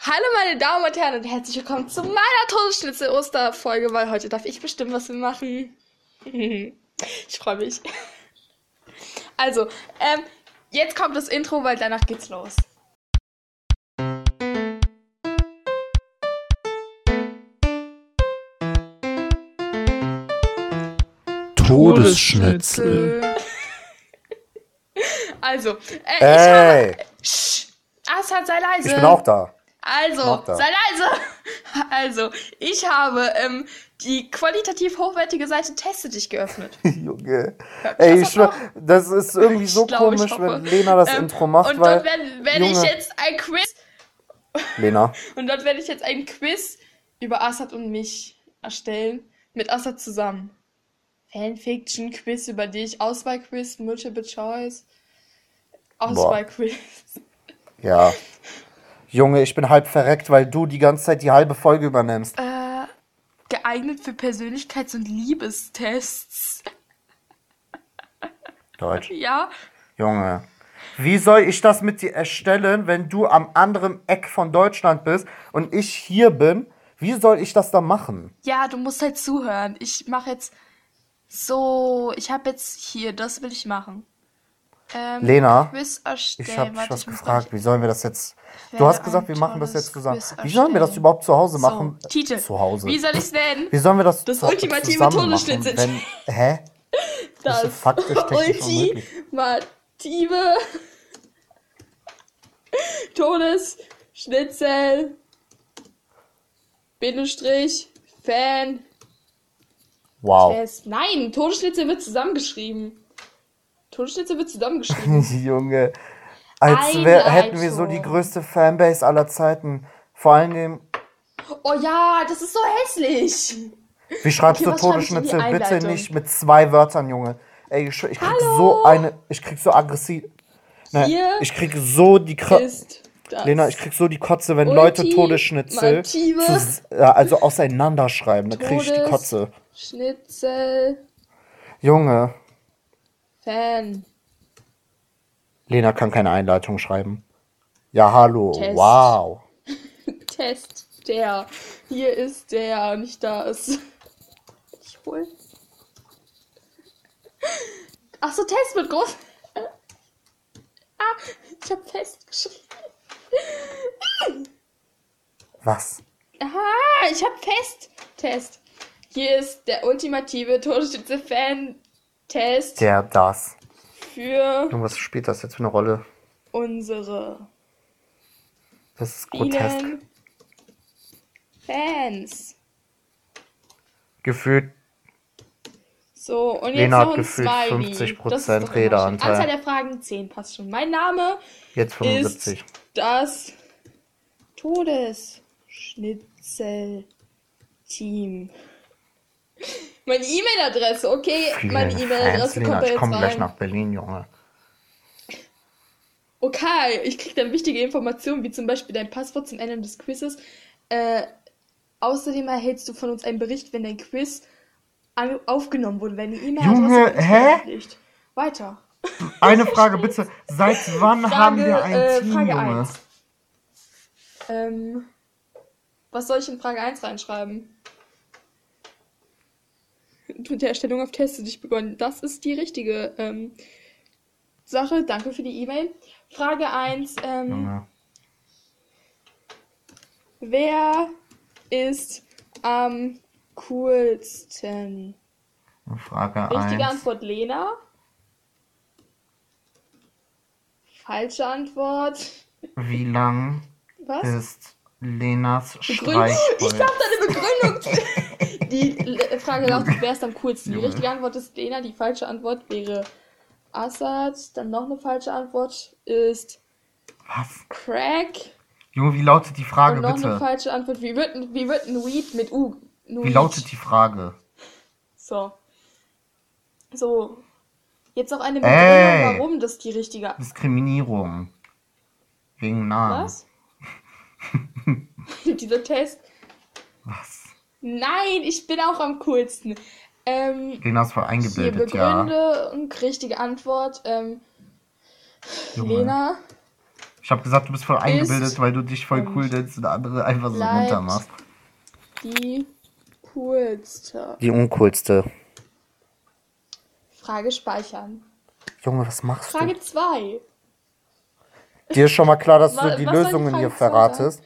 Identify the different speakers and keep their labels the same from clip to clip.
Speaker 1: Hallo meine Damen und Herren und herzlich willkommen zu meiner Todesschnitzel Osterfolge, weil heute darf ich bestimmen, was wir machen. ich freue mich. Also, ähm, jetzt kommt das Intro, weil danach geht's los.
Speaker 2: Todesschnitzel.
Speaker 1: Äh. Also, äh, ich
Speaker 3: Ey,
Speaker 1: habe. Sch, Assad, sei leise.
Speaker 3: ich bin auch da.
Speaker 1: Also,
Speaker 3: Noch da.
Speaker 1: sei leise! Also, ich habe ähm, die qualitativ hochwertige Seite Teste dich geöffnmet.
Speaker 3: Junge.
Speaker 1: Hört sich
Speaker 3: Ey,
Speaker 1: das
Speaker 3: ich
Speaker 1: noch
Speaker 3: schwör, das ist irgendwie so
Speaker 1: Ich glaube, ich
Speaker 3: komisch,
Speaker 1: hoffe.
Speaker 3: wenn Lena das
Speaker 1: Ähm,
Speaker 3: Intro macht,
Speaker 1: und
Speaker 3: weil.
Speaker 1: dort werde, werde ich
Speaker 3: Junge.
Speaker 1: jetzt ein Quiz
Speaker 3: Lena,
Speaker 1: und dort werde ich jetzt ein Quiz über Assad und mich erstellen mit Assad zusammen. Fanfiction Quiz über dich, Auswahlquiz, Multiple Choice, Auswahlquiz.
Speaker 3: ja. Junge, ich bin halb verreckt, weil du die ganze Zeit die halbe Folge übernimmst.
Speaker 1: Äh, geeignet für Persönlichkeits- und Liebestests.
Speaker 3: Deutsch.
Speaker 1: Ja,
Speaker 3: Junge. Wie soll ich das mit dir erstellen, wenn du am anderen Eck von Deutschland bist und ich hier bin? Wie soll ich das dann machen?
Speaker 1: Ja, du musst halt zuhören. Ich mache jetzt so, ich habe jetzt hier, das will ich machen. Ähm,
Speaker 3: Lena,
Speaker 1: Quiz
Speaker 3: Ich
Speaker 1: erstellen.
Speaker 3: habe dich
Speaker 1: Warte,
Speaker 3: was
Speaker 1: muss
Speaker 3: gefragt.
Speaker 1: gleich-
Speaker 3: Wie sollen wir das jetzt?
Speaker 1: werde
Speaker 3: Du hast gesagt,
Speaker 1: ein
Speaker 3: wir machen das
Speaker 1: tolles
Speaker 3: jetzt zusammen.
Speaker 1: Quiz
Speaker 3: Wie sollen wir das
Speaker 1: erstellen.
Speaker 3: überhaupt zu Hause machen?
Speaker 1: So, Titel.
Speaker 3: Zu Hause.
Speaker 1: Wie soll ich es nennen?
Speaker 3: Wie sollen wir das
Speaker 1: Das
Speaker 3: zu-
Speaker 1: ultimative
Speaker 3: zusammen
Speaker 1: Todesschnitzel.
Speaker 3: machen, wenn, Hä?
Speaker 1: Das
Speaker 3: ist faktisch technisch unmöglich.
Speaker 1: ultimative Todesschnitzel Bindestrich Fan
Speaker 3: Wow.
Speaker 1: Test. Nein, Todesschnitzel wird zusammengeschrieben. Todesschnitzel wird zusammengeschrieben.
Speaker 3: Junge. Als
Speaker 1: Eine
Speaker 3: wär, hätten wir so die
Speaker 1: Leitung.
Speaker 3: größte Fanbase aller Zeiten. Vor allen Dingen,
Speaker 1: Oh ja, das ist so hässlich.
Speaker 3: wie schreibst
Speaker 1: Okay,
Speaker 3: du
Speaker 1: was schreib ich in die
Speaker 3: Todesschnitzel? Bitte
Speaker 1: Einleitung?
Speaker 3: nicht mit zwei Wörtern, Junge. Ey, ich, schwör, ich krieg so eine. Ich krieg so aggressiv. Ne,
Speaker 1: Hier
Speaker 3: ich krieg so die Kr
Speaker 1: Ist das.
Speaker 3: Lena, ich krieg so die Kotze, wenn Leute Todesschnitzel
Speaker 1: Ultimative
Speaker 3: zus- äh, also auseinanderschreiben, da krieg ich die
Speaker 1: Todes-
Speaker 3: Kotze.
Speaker 1: Schnitzel
Speaker 3: Junge,
Speaker 1: Fan
Speaker 3: Lena kann keine Einleitung schreiben. Ja, hallo,
Speaker 1: Test.
Speaker 3: wow.
Speaker 1: Test der. Hier ist der, nicht das. Ich hol. Ach so, Test mit groß. Ah, ich hab festgeschrieben.
Speaker 3: Was?
Speaker 1: Ah, ich hab fest. Test. Hier ist der ultimative Todesschütze-Fan-Test
Speaker 3: Der, das.
Speaker 1: für
Speaker 3: Und was spielt das jetzt für eine Rolle?
Speaker 1: unsere
Speaker 3: Das ist grotesk.
Speaker 1: vielen Fans.
Speaker 3: Gefühlt,
Speaker 1: So, und jetzt
Speaker 3: Lena hat
Speaker 1: noch ein
Speaker 3: gefühlt
Speaker 1: Smiley.
Speaker 3: 50%
Speaker 1: Das ist doch immer schön.
Speaker 3: Redeanteil.
Speaker 1: Anzahl der Fragen 10 passt schon. Mein Name
Speaker 3: jetzt 75.
Speaker 1: ist das Todesschnitzel-Team. Meine E-Mail-Adresse, okay? Meine
Speaker 3: Vielen Fans,
Speaker 1: E-Mail-Adresse kommt
Speaker 3: Lena,
Speaker 1: da
Speaker 3: ich
Speaker 1: jetzt
Speaker 3: komme gleich
Speaker 1: rein.
Speaker 3: nach Berlin, Junge.
Speaker 1: Okay, ich krieg dann wichtige Informationen, wie zum Beispiel dein Passwort zum Ende des Quizzes. Äh, außerdem erhältst du von uns einen Bericht, wenn dein Quiz an- aufgenommen wurde, wenn die E-Mail-Adresse
Speaker 3: Junge,
Speaker 1: nicht
Speaker 3: hä?
Speaker 1: veröffentlicht. Weiter.
Speaker 3: Eine Frage bitte, seit wann haben wir ein
Speaker 1: äh,
Speaker 3: Team,
Speaker 1: Frage
Speaker 3: Junge?
Speaker 1: 1. Ähm, was soll ich in Frage 1 reinschreiben? Mit der Erstellung auf Teste dich begonnen. Das ist die richtige ähm, Sache. Danke für die E-Mail. Frage 1. Ähm,
Speaker 3: Junge.
Speaker 1: Wer ist am coolsten?
Speaker 3: Frage
Speaker 1: Richtige
Speaker 3: 1.
Speaker 1: Antwort Lena. Falsche Antwort.
Speaker 3: Wie lang
Speaker 1: Was?
Speaker 3: ist Lenas
Speaker 1: Begründung. Ich
Speaker 3: Streichholz?
Speaker 1: glaube, deine Begründung. die L- Frage lautet, wer ist am coolsten? Die
Speaker 3: Junge.
Speaker 1: richtige Antwort ist Lena, die falsche Antwort wäre Assad. Dann noch eine falsche Antwort ist
Speaker 3: Was?
Speaker 1: Crack.
Speaker 3: Junge, wie lautet die Frage
Speaker 1: Und noch eine
Speaker 3: bitte?
Speaker 1: falsche Antwort. Wie wird, ein- wie wird ein Weed mit U?
Speaker 3: Wie lautet die Frage?
Speaker 1: So. So. Jetzt noch eine Begründung,
Speaker 3: Ey.
Speaker 1: warum das die richtige.
Speaker 3: Diskriminierung. Wegen Namen.
Speaker 1: Was? Dieser Test.
Speaker 3: Was?
Speaker 1: Nein, ich bin auch am coolsten. Ähm,
Speaker 3: Lena ist voll
Speaker 1: hier
Speaker 3: eingebildet, ja.
Speaker 1: Begründe und richtige Antwort. Ähm,
Speaker 3: Junge.
Speaker 1: Lena,
Speaker 3: Ich habe gesagt, du bist voll eingebildet,
Speaker 1: Ist
Speaker 3: weil du dich voll cool nennst und andere einfach so
Speaker 1: Bleibt.
Speaker 3: runter machst.
Speaker 1: Die coolste.
Speaker 3: Die uncoolste.
Speaker 1: Frage speichern.
Speaker 3: Junge, was machst
Speaker 1: Frage 2.
Speaker 3: du? Dir ist schon mal klar, dass
Speaker 1: Wa-
Speaker 3: du die
Speaker 1: was soll die
Speaker 3: Lösungen hier
Speaker 1: Frage zwei sein?
Speaker 3: verratest.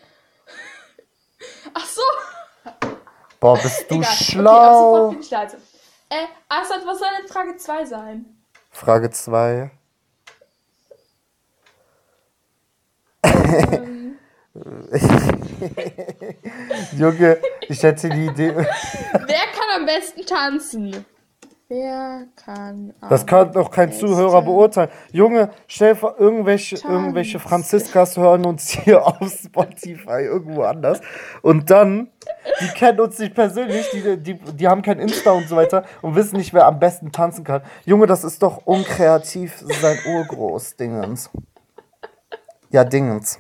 Speaker 1: Ach so.
Speaker 3: Boah, bist du
Speaker 1: Egal. Okay, ab
Speaker 3: schlau.
Speaker 1: sofort bin ich leise. Äh, Assad, was soll denn Frage 2 sein?
Speaker 3: Frage 2.
Speaker 1: ähm,
Speaker 3: Junge, ich hätte die Idee.
Speaker 1: wer kann am besten tanzen? Wer kann am
Speaker 3: Das kann doch kein Zuhörer beurteilen. Junge, schnell vor, irgendwelche,
Speaker 1: Tanz.
Speaker 3: irgendwelche Franziskas hören uns hier auf Spotify irgendwo anders. Und dann, die kennen uns nicht persönlich, die, die, die haben kein Insta und so weiter und wissen nicht, wer am besten tanzen kann. Junge, das ist doch unkreativ, sein Urgroß, Dingens. Ja, Dingens.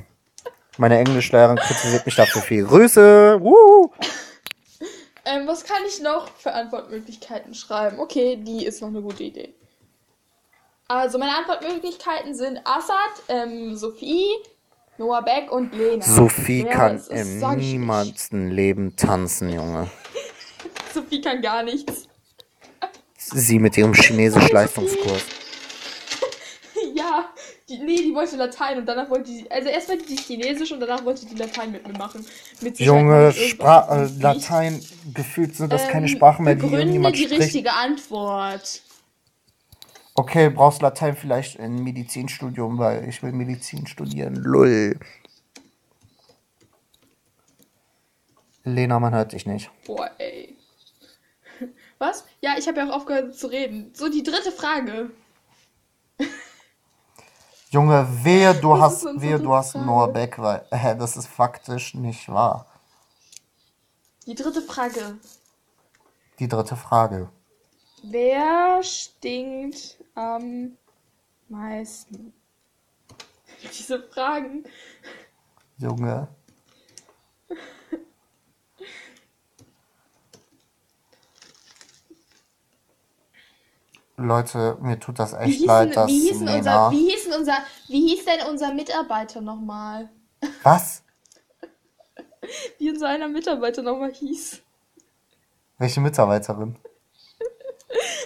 Speaker 3: Meine Englischlehrerin kritisiert mich dafür viel. Grüße! Wuhu.
Speaker 1: Ähm, was kann ich noch für Antwortmöglichkeiten schreiben? Okay, die ist noch eine gute Idee. Also, meine Antwortmöglichkeiten sind Assad, ähm, Sophie, Noah Beck und Lena.
Speaker 3: Sophie
Speaker 1: Wer
Speaker 3: kann
Speaker 1: es ist,
Speaker 3: im
Speaker 1: sag ich nicht.
Speaker 3: niemandsten Leben tanzen, Junge.
Speaker 1: Sophie kann gar nichts.
Speaker 3: Sie mit ihrem Chinesisch-Leistungskurs.
Speaker 1: ja, die, nee, die wollte Latein und danach wollte sie. Also, erst wollte die Chinesisch und danach wollte die Latein mit mir machen. Mit Sicherheit
Speaker 3: Junge,
Speaker 1: wollte sie irgendwas,
Speaker 3: Spra äh,
Speaker 1: was sie nicht-
Speaker 3: Latein, gefühlt sind das keine
Speaker 1: Ähm,
Speaker 3: Sprachen mehr, die
Speaker 1: begründe
Speaker 3: irgendjemand
Speaker 1: die
Speaker 3: spricht.
Speaker 1: richtige Antwort.
Speaker 3: Okay, brauchst Latein vielleicht im Medizinstudium, weil ich will Medizin studieren. Lull. Lena, man hört dich nicht.
Speaker 1: Boah, ey. Was? Ja, ich habe ja auch aufgehört zu reden. So, die dritte Frage.
Speaker 3: Junge, wehe, du
Speaker 1: Das ist
Speaker 3: hast,
Speaker 1: unsere
Speaker 3: wehe, du hast
Speaker 1: Frage.
Speaker 3: Noah Beck, weil äh, das ist faktisch nicht wahr.
Speaker 1: Die dritte Frage.
Speaker 3: Die dritte Frage.
Speaker 1: Wer stinkt am meisten? Diese Fragen.
Speaker 3: Junge. Leute, mir tut halt das
Speaker 1: Wie
Speaker 3: echt
Speaker 1: hieß,
Speaker 3: leid,
Speaker 1: denn,
Speaker 3: dass
Speaker 1: wie, hieß denn
Speaker 3: Lena.
Speaker 1: unser, wie, hieß denn unser, wie hieß denn unser Mitarbeiter nochmal?
Speaker 3: Was?
Speaker 1: Wie unser einer Mitarbeiter nochmal hieß.
Speaker 3: Welche Mitarbeiterin?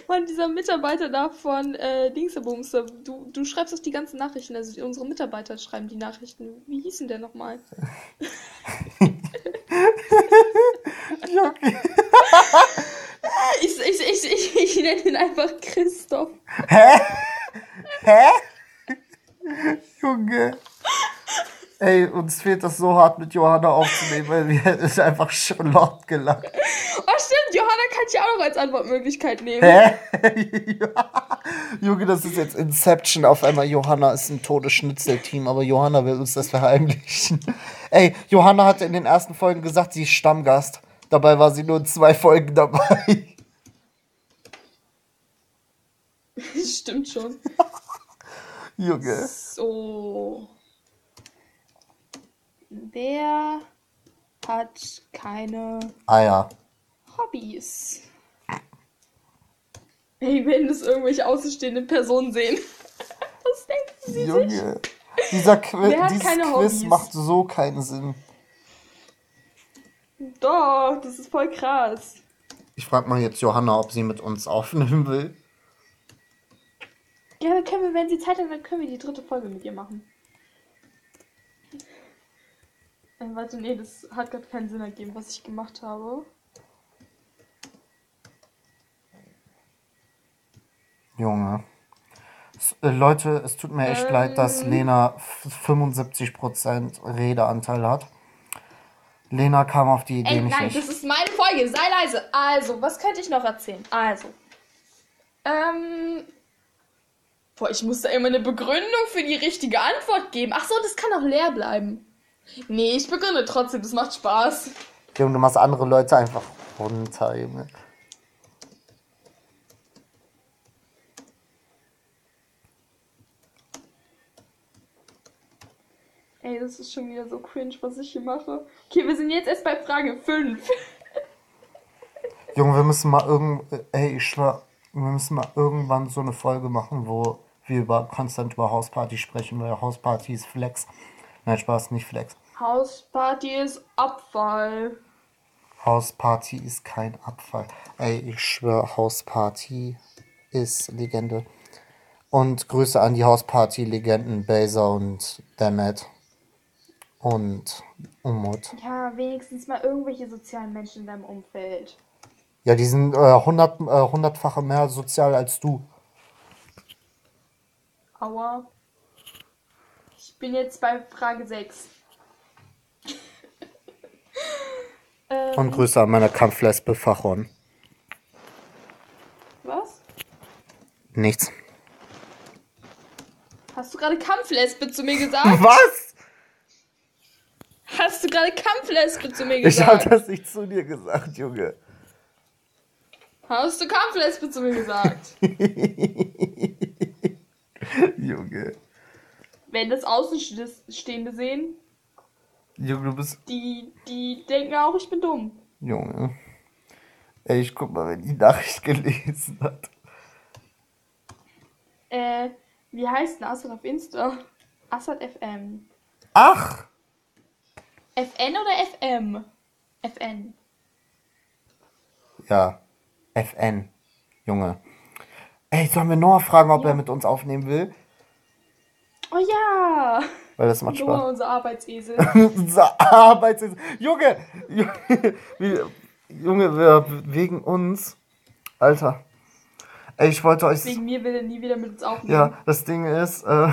Speaker 1: Mann, dieser Mitarbeiter da von äh, Dingsabums, du, du schreibst doch die ganzen Nachrichten, also unsere Mitarbeiter schreiben die Nachrichten. Wie hieß denn der nochmal? Ich, ich, ich, ich, ich nenne ihn einfach Christoph.
Speaker 3: Hä? Hä? Junge. Ey, uns fehlt das so hart mit Johanna aufzunehmen, weil wir hätten es einfach Schlott gelacht.
Speaker 1: Oh, stimmt, Johanna kann ich auch noch als Antwortmöglichkeit nehmen.
Speaker 3: Hä? Ja. Junge, das ist jetzt Inception. Auf einmal Johanna ist ein totes Schnitzelteam, aber Johanna will uns das verheimlichen. Ey, Johanna hatte in den ersten Folgen gesagt, sie ist Stammgast. Dabei war sie nur in zwei Folgen dabei.
Speaker 1: Stimmt schon.
Speaker 3: Junge.
Speaker 1: So. Wer hat keine
Speaker 3: Ah ja.
Speaker 1: Hobbys? Hey, wenn das irgendwelche außenstehenden Personen sehen. Was denken sie sich?
Speaker 3: Junge. Dieser Qu
Speaker 1: Wer hat
Speaker 3: dieses
Speaker 1: keine
Speaker 3: Quiz
Speaker 1: Hobbys?
Speaker 3: macht so keinen Sinn.
Speaker 1: Doch, das ist voll krass.
Speaker 3: Ich frag mal jetzt Johanna, ob sie mit uns aufnehmen will.
Speaker 1: Ja, dann können wir, wenn sie Zeit hat, dann können wir die dritte Folge mit ihr machen. Äh, warte, nee, das hat gerade keinen Sinn ergeben, was ich gemacht habe.
Speaker 3: Junge. S äh, Leute, es tut mir echt leid, dass
Speaker 1: Ähm.
Speaker 3: Lena f- 75% Redeanteil hat. Lena kam auf die Idee
Speaker 1: Ey,
Speaker 3: nicht.
Speaker 1: nein,
Speaker 3: ich.
Speaker 1: das ist meine Folge, sei leise. Also, was könnte ich noch erzählen? Also. Ähm. Boah, ich muss da immer eine Begründung für die richtige Antwort geben. Ach so, das kann auch leer bleiben. Nee, ich begründe trotzdem, das macht Spaß.
Speaker 3: Junge, du machst andere Leute einfach runter, Junge.
Speaker 1: Ey, das ist schon wieder so cringe, was ich hier mache. Okay, wir sind jetzt erst bei Frage 5.
Speaker 3: Junge, wir müssen mal irgend. äh, Ey, ich schwör, wir müssen mal irgendwann so eine Folge machen, wo wir über, konstant über Hausparty sprechen, weil Hausparty ist Flex. Nein, Spaß, nicht Flex.
Speaker 1: Hausparty ist Abfall.
Speaker 3: Hausparty ist kein Abfall. Ey, ich schwöre, Hausparty ist Legende. Und Grüße an die Hausparty-Legenden Baser und Demet und Umut.
Speaker 1: Ja, wenigstens mal irgendwelche sozialen Menschen in deinem Umfeld.
Speaker 3: Ja, die sind äh, hundert, äh, hundertfache mehr sozial als du.
Speaker 1: Aua. Ich bin jetzt bei Frage 6. Äh,
Speaker 3: Und Grüße an meine Kampflesbe Fachon.
Speaker 1: Was?
Speaker 3: Nichts.
Speaker 1: Hast du gerade Kampflesbe zu mir gesagt?
Speaker 3: Was?
Speaker 1: Hast du gerade Kampflesbe zu mir
Speaker 3: Ich hab
Speaker 1: gesagt?
Speaker 3: das nicht zu dir gesagt, Junge.
Speaker 1: Hast du Kampflesbe zu mir gesagt?
Speaker 3: Junge.
Speaker 1: Wenn das Außenstehende sehen,
Speaker 3: Junge, du bist.
Speaker 1: die, die denken auch, ich bin dumm.
Speaker 3: Junge. Ey, ich guck mal, wenn die Nachricht gelesen hat.
Speaker 1: Äh, wie heißt denn Assad auf Insta? Assad FM.
Speaker 3: Ach!
Speaker 1: FN oder FM? FN.
Speaker 3: Ja. FN. Junge. Ey, sollen wir Noah fragen, ob er mit uns aufnehmen will?
Speaker 1: Oh ja!
Speaker 3: Weil das macht Spaß.
Speaker 1: Noah, unser Arbeitsesel.
Speaker 3: unser Arbeitsesel. Junge! Junge, wir- Junge, wir, wegen uns. Alter. Ey, ich wollte euch.
Speaker 1: Wegen mir will er nie wieder mit uns aufnehmen.
Speaker 3: Ja, das Ding ist, äh,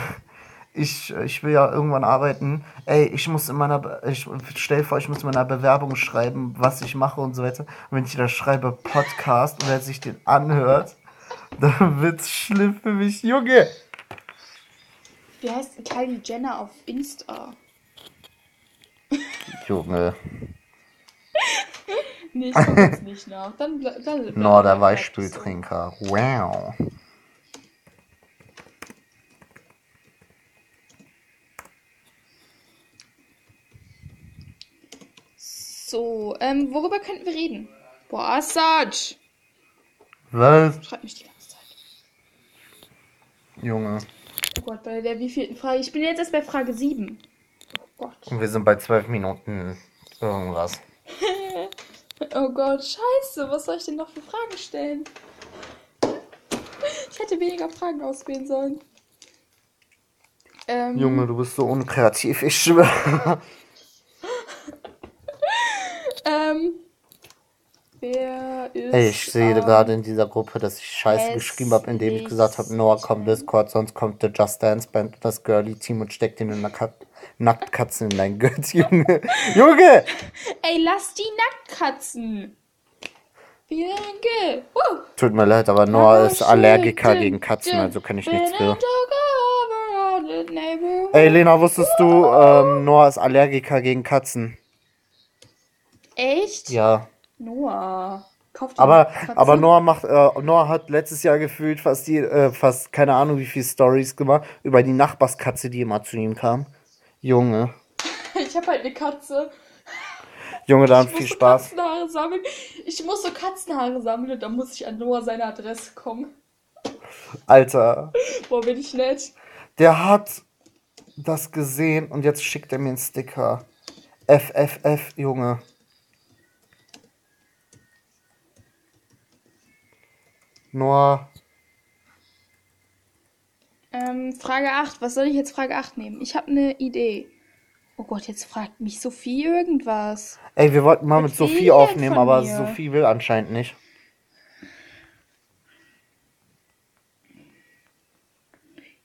Speaker 3: ich, ich will ja irgendwann arbeiten. Ey, ich muss in meiner. Be- Ich stell vor, ich muss in meiner Bewerbung schreiben, was ich mache und so weiter. Und wenn ich da schreibe Podcast und wer sich den anhört, dann wird's schlimm für mich. Junge!
Speaker 1: Wie heißt denn Kylie Jenner auf Insta?
Speaker 3: Junge.
Speaker 1: Nee, ich komme jetzt nicht nach. Dann, ble- dann, dann
Speaker 3: No,
Speaker 1: bleibt es
Speaker 3: der
Speaker 1: so.
Speaker 3: Weichstuhltrinker. Wow.
Speaker 1: So, ähm, worüber könnten wir reden? Boah, Assad!
Speaker 3: Was?
Speaker 1: Schreibt mich die ganze Zeit.
Speaker 3: Junge.
Speaker 1: Oh Gott, bei der wievielten Frage? Ich bin jetzt erst bei Frage 7. Oh Gott.
Speaker 3: Und wir sind bei zwölf Minuten irgendwas.
Speaker 1: Oh Gott, scheiße, was soll ich denn noch für Fragen stellen? Ich hätte weniger Fragen auswählen sollen. Ähm,
Speaker 3: Junge, du bist so unkreativ, ich schwöre.
Speaker 1: Ähm, wer ist.
Speaker 3: Ey, ich sehe
Speaker 1: am-
Speaker 3: gerade in dieser Gruppe, dass ich Scheiße geschrieben habe, indem ich gesagt habe, Noah, komm Discord, sonst kommt der Just Dance Band, das Girly Team und steckt dir eine Nack Nacktkatze in dein Gürtel, Junge. Junge!
Speaker 1: Ey, lass die Nacktkatzen! Bianke! Uh,
Speaker 3: Tut mir leid, aber Noah Oh, ist Allergiker
Speaker 1: Schütteln.
Speaker 3: gegen Katzen, also kann ich nichts für.
Speaker 1: Talk over the neighborhood.
Speaker 3: Ey, Lena, wusstest du, ähm, Noah ist Allergiker gegen Katzen?
Speaker 1: Echt?
Speaker 3: Äh, Ja.
Speaker 1: Noah. Kauf dir
Speaker 3: Aber,
Speaker 1: Katzen.
Speaker 3: aber Noah macht, äh, Noah hat letztes Jahr gefühlt fast die, äh, fast keine Ahnung wie viele Stories gemacht über die Nachbarskatze, die immer zu ihm kam. Junge,
Speaker 1: Ich hab halt eine Katze.
Speaker 3: Junge, dann
Speaker 1: Ich muss
Speaker 3: viel
Speaker 1: so
Speaker 3: Spaß.
Speaker 1: Katzenhaare sammeln. Ich muss so Katzenhaare sammeln und dann muss ich an Noah seine Adresse kommen.
Speaker 3: Alter,
Speaker 1: Boah, bin ich nett.
Speaker 3: der hat das gesehen und jetzt schickt er mir einen Sticker. FFF, Junge. Noah,
Speaker 1: Ähm, Frage 8. Was soll ich jetzt Frage 8 nehmen? Ich habe eine Idee. Oh Gott, jetzt fragt mich Sophie irgendwas.
Speaker 3: ey, wir wollten mal
Speaker 1: Was
Speaker 3: mit
Speaker 1: will die
Speaker 3: Sophie
Speaker 1: denn
Speaker 3: aufnehmen,
Speaker 1: von
Speaker 3: aber
Speaker 1: mir?
Speaker 3: Sophie will anscheinend nicht.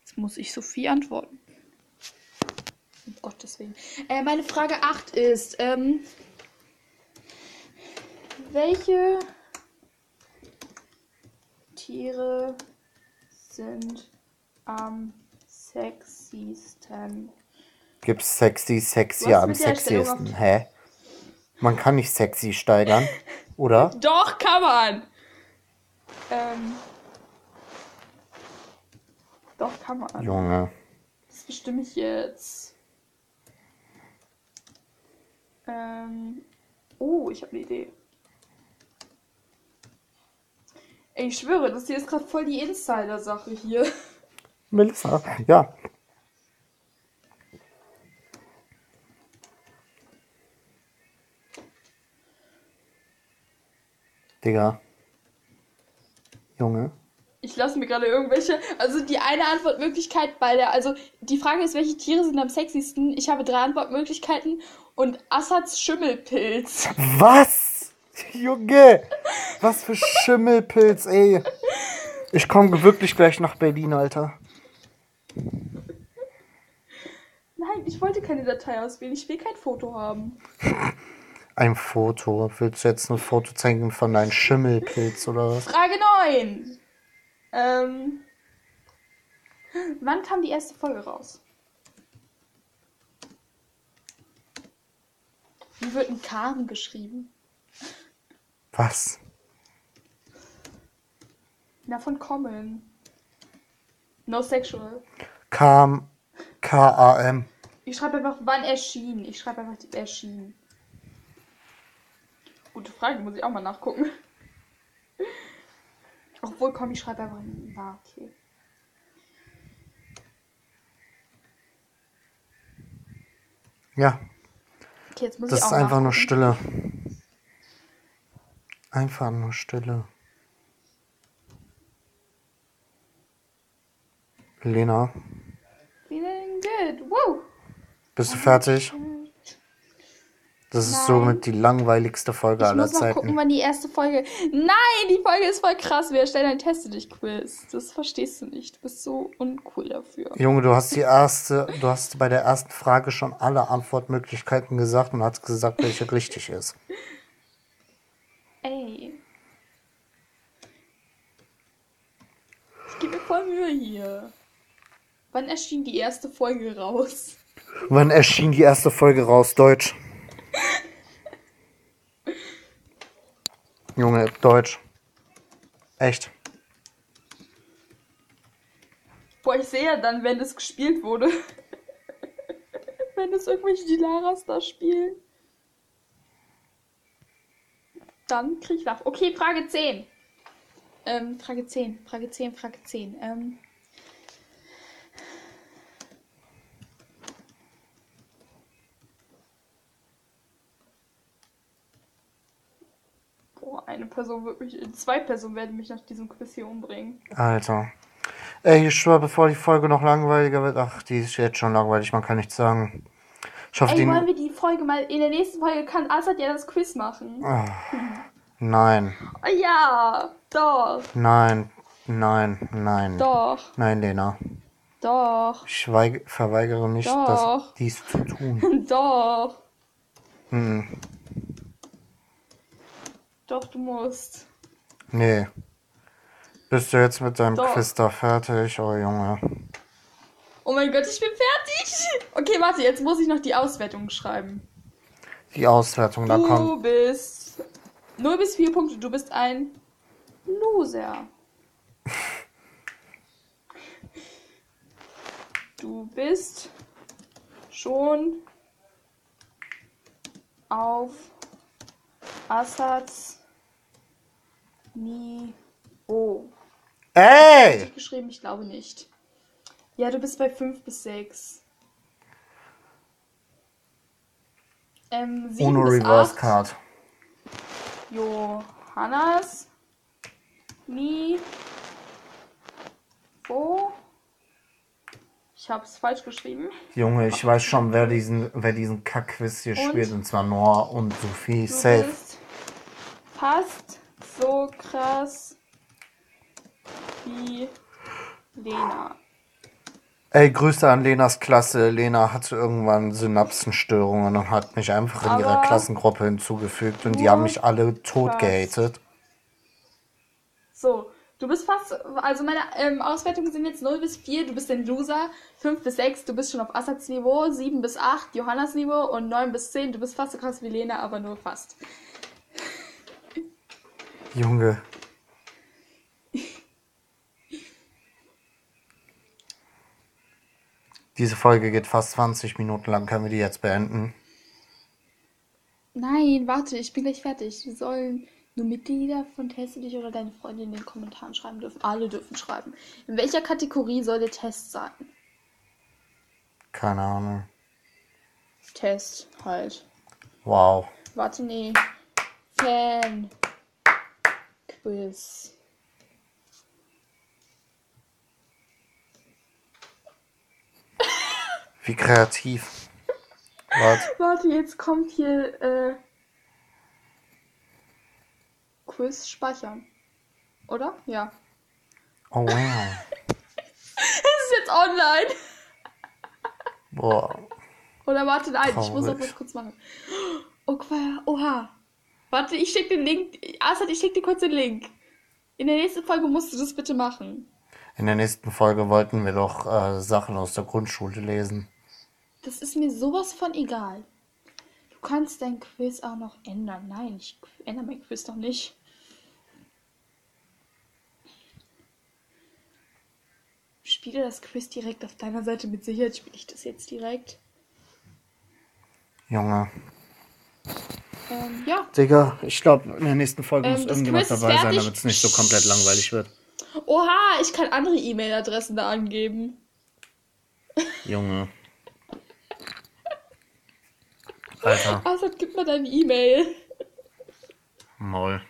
Speaker 1: Jetzt muss ich Sophie antworten. Um Gottes Willen. Äh, meine Frage 8 ist, ähm, welche Tiere sind am sexiesten?
Speaker 3: Gibt's sexy, sexy
Speaker 1: Was
Speaker 3: am
Speaker 1: mit der Stellung
Speaker 3: sexiesten. Hä? Man kann nicht sexy steigern, oder?
Speaker 1: Doch, kann man! Ähm, doch, kann man.
Speaker 3: Junge.
Speaker 1: Das bestimme ich jetzt. Ähm. Oh, ich habe eine Idee. Ey, ich schwöre, das hier ist gerade voll die Insider-Sache hier.
Speaker 3: Melissa. Ja. Digga. Junge.
Speaker 1: Ich lasse mir gerade irgendwelche. Also die eine Antwortmöglichkeit bei der. Also die Frage ist, welche Tiere sind am sexiesten? Ich habe drei Antwortmöglichkeiten und Assads Schimmelpilz.
Speaker 3: Was? Junge! Was für Schimmelpilz, ey. Ich komme wirklich gleich nach Berlin, Alter.
Speaker 1: Nein, ich wollte keine Datei auswählen. Ich will kein Foto haben.
Speaker 3: Ein Foto. Willst du jetzt ein Foto zeigen von einem Schimmelpilz oder was?
Speaker 1: Frage 9. Ähm, wann kam die erste Folge raus? Wie wird ein Karen geschrieben?
Speaker 3: Was?
Speaker 1: Na, von Common. No sexual.
Speaker 3: Kam. K-A-M.
Speaker 1: Ich schreibe einfach, wann erschien. Ich schreibe einfach die- erschien. Gute Frage, muss ich auch mal nachgucken. Obwohl, komm, ich schreibe einfach. Na, okay.
Speaker 3: Ja,
Speaker 1: Okay, jetzt muss
Speaker 3: das
Speaker 1: ich auch
Speaker 3: ist einfach
Speaker 1: nachgucken.
Speaker 3: nur Stille. Einfach nur Stille. Lena,
Speaker 1: Feeling good. Wow.
Speaker 3: bist du fertig? Das ist somit die langweiligste Folge
Speaker 1: Ich
Speaker 3: aller
Speaker 1: muss noch gucken,
Speaker 3: Zeiten.
Speaker 1: wann die erste Folge. Nein, die Folge ist voll krass. Wir erstellen ein Teste dich Quiz. Das verstehst du nicht. Du bist so uncool dafür.
Speaker 3: Junge, du hast die erste, du hast bei der ersten Frage schon alle Antwortmöglichkeiten gesagt und hast gesagt, welche richtig ist.
Speaker 1: Ey. Ich gebe mir voll Mühe hier. Wann erschien die erste Folge raus?
Speaker 3: Wann erschien die erste Folge raus? Deutsch. Junge, Deutsch. Echt.
Speaker 1: Boah, ich sehe ja dann, wenn das gespielt wurde. wenn das irgendwelche Dilaras da spielen. Dann krieg ich nach. Okay, Frage 10. Ähm, Frage 10, Frage 10, Frage 10. Ähm. Boah, eine Person wird mich. äh, Zwei Personen werden mich nach diesem Quiz hier umbringen.
Speaker 3: Alter. Ey, ich schwör, bevor die Folge noch langweiliger wird. Ach, die ist jetzt schon langweilig, man kann nichts sagen. Ich hoffe,
Speaker 1: Ey, wollen
Speaker 3: die.
Speaker 1: wir die Folge mal. In der nächsten Folge kann Assad ja das Quiz machen.
Speaker 3: Nein,
Speaker 1: Oh, ja, doch,
Speaker 3: nein, nein, nein.
Speaker 1: doch,
Speaker 3: Nein, Lena.
Speaker 1: doch,
Speaker 3: Ich schweige, verweigere mich,
Speaker 1: Doch.
Speaker 3: das, dies zu tun.
Speaker 1: doch.
Speaker 3: Hm,
Speaker 1: Doch, du musst.
Speaker 3: nee. Bist du jetzt mit deinem
Speaker 1: Doch.
Speaker 3: Quiz da fertig? Oh, Junge.
Speaker 1: Oh mein Gott, ich bin fertig. Okay, warte, jetzt muss ich noch die Auswertung schreiben.
Speaker 3: Die Auswertung, da kommt.
Speaker 1: Du bist 0 bis 4 Punkte, du bist ein Loser. Du bist schon auf Assads Niveau.
Speaker 3: Ey!
Speaker 1: Richtig geschrieben? Ich glaube nicht. Ja, du bist bei 5 bis 6. Ähm, 7
Speaker 3: Ohne
Speaker 1: bis
Speaker 3: Reverse
Speaker 1: acht.
Speaker 3: Card.
Speaker 1: Johannes Ni Wo? Ich hab's falsch geschrieben.
Speaker 3: Junge, ich weiß schon, wer diesen, wer diesen Kackquiz hier
Speaker 1: Und?
Speaker 3: spielt. Und zwar Noah und Sophie.
Speaker 1: Du
Speaker 3: Safe.
Speaker 1: bist fast so krass wie Lena.
Speaker 3: Ey, Grüße an Lenas Klasse. Lena hatte irgendwann Synapsenstörungen und hat mich einfach in ihrer
Speaker 1: Aber-
Speaker 3: Klassengruppe hinzugefügt. Und die haben mich alle tot
Speaker 1: Was?
Speaker 3: gehatet.
Speaker 1: So, du bist fast, also meine ähm, Auswertungen sind jetzt 0 bis 4, du bist ein Loser, 5 bis 6, du bist schon auf Assads Niveau, 7 bis 8, Johannas Niveau und 9 bis 10, du bist fast so krass wie Lena, aber nur fast.
Speaker 3: Junge. Diese Folge geht fast 20 Minuten lang. Können wir die jetzt beenden?
Speaker 1: Nein, warte, ich bin gleich fertig. Wir sollen Nur Mitglieder von Teste dich oder deine Freunde in den Kommentaren schreiben dürfen. Alle dürfen schreiben. In welcher Kategorie soll der Test sein?
Speaker 3: Keine Ahnung.
Speaker 1: Test halt.
Speaker 3: Wow.
Speaker 1: Warte, nee. Fan. Quiz.
Speaker 3: Wie kreativ. Warte.
Speaker 1: Warte, jetzt kommt hier äh, Quiz speichern. Oder? Ja.
Speaker 3: Oh wow.
Speaker 1: Es ist jetzt online.
Speaker 3: Boah.
Speaker 1: Oder warte, nein, ich muss noch
Speaker 3: Traurig.
Speaker 1: was kurz machen. Oh, Quaya, oha. Warte, ich schick den Link. Asad, ich schick dir kurz den Link. In der nächsten Folge musst du das bitte machen.
Speaker 3: In der nächsten Folge wollten wir doch äh, Sachen aus der Grundschule lesen.
Speaker 1: Das ist mir sowas von egal. Du kannst dein Quiz auch noch ändern. Nein, ich ändere mein Quiz doch nicht. Spiele das Quiz direkt auf deiner Seite. Mit Sicherheit spiele ich das jetzt direkt.
Speaker 3: Junge.
Speaker 1: Ähm, ja.
Speaker 3: Digga, ich glaube, in der nächsten Folge
Speaker 1: Ähm,
Speaker 3: muss
Speaker 1: das
Speaker 3: irgendjemand
Speaker 1: Quiz ist
Speaker 3: dabei sein,
Speaker 1: fertig.
Speaker 3: damit es nicht so komplett langweilig wird.
Speaker 1: Oha, ich kann andere E-Mail-Adressen da angeben.
Speaker 3: Junge. Alter,
Speaker 1: Asad, gib mir deine E-Mail.
Speaker 3: Maul.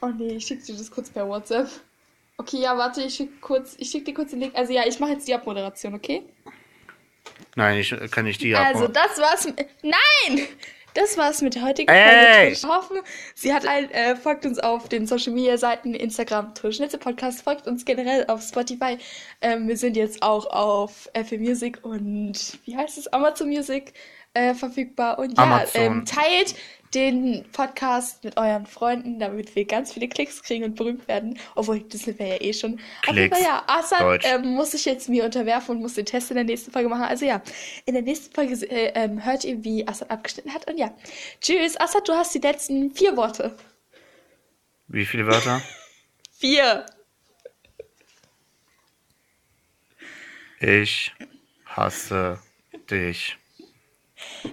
Speaker 1: Oh nee, ich schick dir das kurz per WhatsApp. Okay, ja, warte, ich schick, kurz, ich schick dir kurz den Link. Also ja, ich mache jetzt die Abmoderation, okay?
Speaker 3: Nein, ich kann nicht die
Speaker 1: Also,
Speaker 3: abmachen.
Speaker 1: das war's. mit- Nein! Das war's mit der heutigen
Speaker 3: Ey!
Speaker 1: Folge. Ich hoffe, sie hat ein, äh, folgt uns auf den Social Media Seiten, Instagram, Tourschnitze Podcast, folgt uns generell auf Spotify. Ähm, wir sind jetzt auch auf Apple Music und wie heißt es? Amazon Music äh, verfügbar. Und ja,
Speaker 3: Amazon.
Speaker 1: ähm, teilt den Podcast mit euren Freunden, damit wir ganz viele Klicks kriegen und berühmt werden. Obwohl, das sind wir ja eh schon. Auf jeden
Speaker 3: Klicks.
Speaker 1: Fall, ja, Assad
Speaker 3: Deutsch.
Speaker 1: ähm, muss ich jetzt mir unterwerfen und muss den Test in der nächsten Folge machen. Also ja, in der nächsten Folge äh, ähm, hört ihr, wie Assad abgeschnitten hat. Und ja, tschüss. Assad, du hast die letzten vier Worte.
Speaker 3: Wie viele Wörter?
Speaker 1: Vier.
Speaker 3: Ich hasse dich,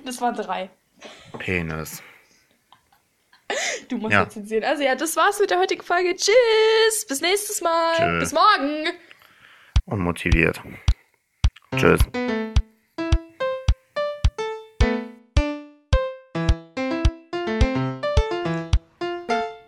Speaker 1: Das waren drei.
Speaker 3: Penis.
Speaker 1: Du musst
Speaker 3: Ja.
Speaker 1: jetzt sehen. Also ja, das war's mit der heutigen Folge. Tschüss. Bis nächstes Mal.
Speaker 3: Tschö.
Speaker 1: Bis morgen.
Speaker 3: Und motiviert. Tschüss.